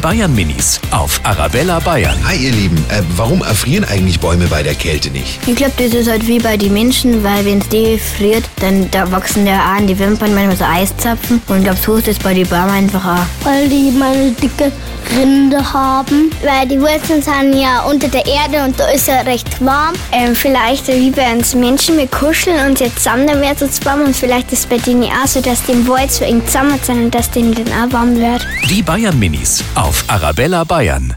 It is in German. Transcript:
Bayern Minis auf Arabella Bayern. Hi ihr Lieben, äh, warum erfrieren eigentlich Bäume bei der Kälte nicht? Ich glaube, das ist halt wie bei den Menschen, weil wenn es die friert, dann da wachsen ja an die Wimpern manchmal so Eiszapfen. Und ich glaube, so ist es bei den Bäumen einfach auch. weil die meine dicke Rinde haben. Weil die Wurzeln sind ja unter der Erde und da ist ja recht warm. Ähm, vielleicht wie bei uns Menschen, wir kuscheln uns jetzt zusammen, dann wird es warm. Und vielleicht ist es bei denen auch so, dass die Wald so eng zusammen sind und dass denen dann auch warm wird. Die Bayern Minis auf Arabella Bayern.